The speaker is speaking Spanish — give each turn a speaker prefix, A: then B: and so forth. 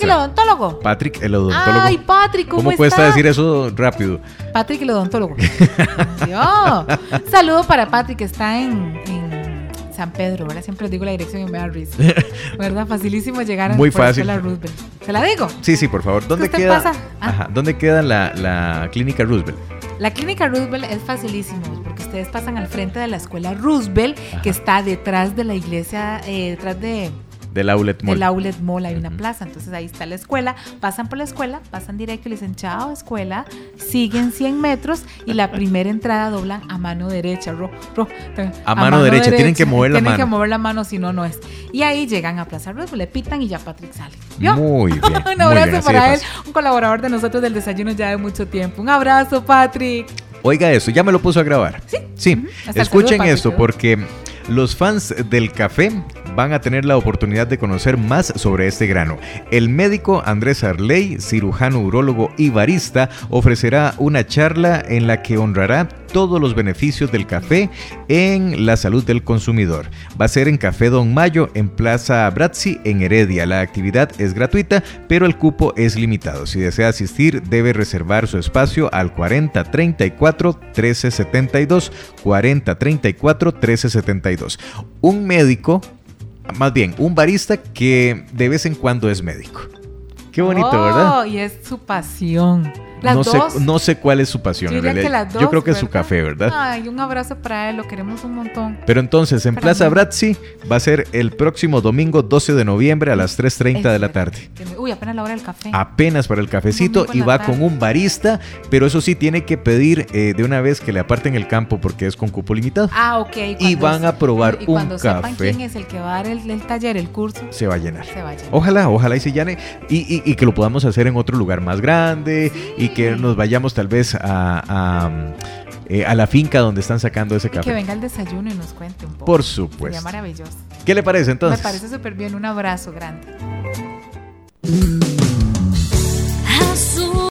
A: el odontólogo.
B: Patrick, el odontólogo.
A: Ay, Patrick, ¿cómo,
B: ¿Cómo cuesta
A: está?
B: decir eso rápidio?
A: Patrick, el odontólogo. Dios. Saludo para Patrick, que está en, en San Pedro. Ahora siempre les digo la dirección y me da risa. ¿Verdad? Facilísimo llegar a
B: Muy
A: por
B: fácil.
A: Escuela Roosevelt. ¿Se la digo?
B: Sí, sí, por favor. ¿Dónde
A: usted
B: queda,
A: pasa? Ah.
B: Ajá, ¿dónde queda la, la clínica Roosevelt?
A: La clínica Roosevelt es facilísimo pues, porque ustedes pasan al frente de la escuela Roosevelt, que está detrás de la iglesia, eh, detrás de,
B: Del Outlet Mall.
A: del Outlet Mall, hay una
B: Ujú.
A: plaza. Entonces ahí está la escuela. Pasan por la escuela, pasan directo y le dicen, chao, escuela. Siguen 100 metros y la primera entrada doblan a mano derecha. ro, ro, ten-
B: A mano derecha, tienen que mover la
A: Tienen
B: mano.
A: que mover la mano, si no, no es. Y ahí llegan a Plaza Roosevelt, le pitan y ya Patrick sale. ¿Vio?
B: Muy bien. muy
A: Un
B: bien,
A: abrazo
B: así de
A: para él,
B: fácil.
A: un colaborador de nosotros del desayuno ya de mucho tiempo. Un abrazo, Patrick.
B: Oiga eso, ya me lo puso a grabar.
A: Sí.
B: Sí,
A: Ujú. Hasta el saludo,
B: escuchen
A: Patrick,
B: esto
A: ¿no?
B: porque los fans del café van a tener la oportunidad de conocer más sobre este grano. El médico Andrés Arley, cirujano urólogo y barista, ofrecerá una charla en la que honrará todos los beneficios del café en la salud del consumidor. Va a ser en Café Don Mayo, en Plaza Bratzi, en Heredia. La actividad es gratuita, pero el cupo es limitado. Si desea asistir, debe reservar su espacio al 4034 1372. 4034 1372. Un médico, más bien, un barista que de vez en cuando es médico. Qué bonito,
A: Oh,
B: ¿verdad?
A: Y es su pasión. Las
B: no,
A: dos.
B: sé, no sé cuál es su pasión.
A: yo
B: en
A: diría que
B: realidad.
A: las dos,
B: Yo creo que es su
A: ¿verdad?
B: café, ¿verdad?
A: Ay, un abrazo para él, lo queremos un montón.
B: Pero entonces, en
A: Para
B: Plaza
A: mí.
B: Bratzi va a ser el próximo domingo 12 de noviembre a las 3.30 de la tarde.
A: Este,
B: Ah.
A: Uy, apenas la hora del café.
B: Apenas para el cafecito
A: Domingo en
B: y
A: la
B: va
A: tarde.
B: con un barista, pero eso sí tiene que pedir eh, de una vez que le aparten el campo porque es con cupo limitado.
A: Ah, ok.
B: Y
A: cuando
B: van
A: se-
B: a probar
A: y
B: un
A: cuando sepan quién
B: café.
A: es el que va a dar el, el taller, el curso,
B: Se va a llenar.
A: se vayan.
B: Ojalá, ojalá y se llane y, y- y que lo podamos hacer en otro lugar más grande y que
A: Sí.
B: nos vayamos tal vez a, a, mm, eh, a la finca donde están sacando ese
A: y que
B: café.
A: venga el desayuno y nos cuente un poco.
B: Por
A: Sería
B: supuesto.
A: maravilloso.
B: ¿Qué le parece
A: Me
B: entonces?
A: parece súper bien. Un abrazo grande.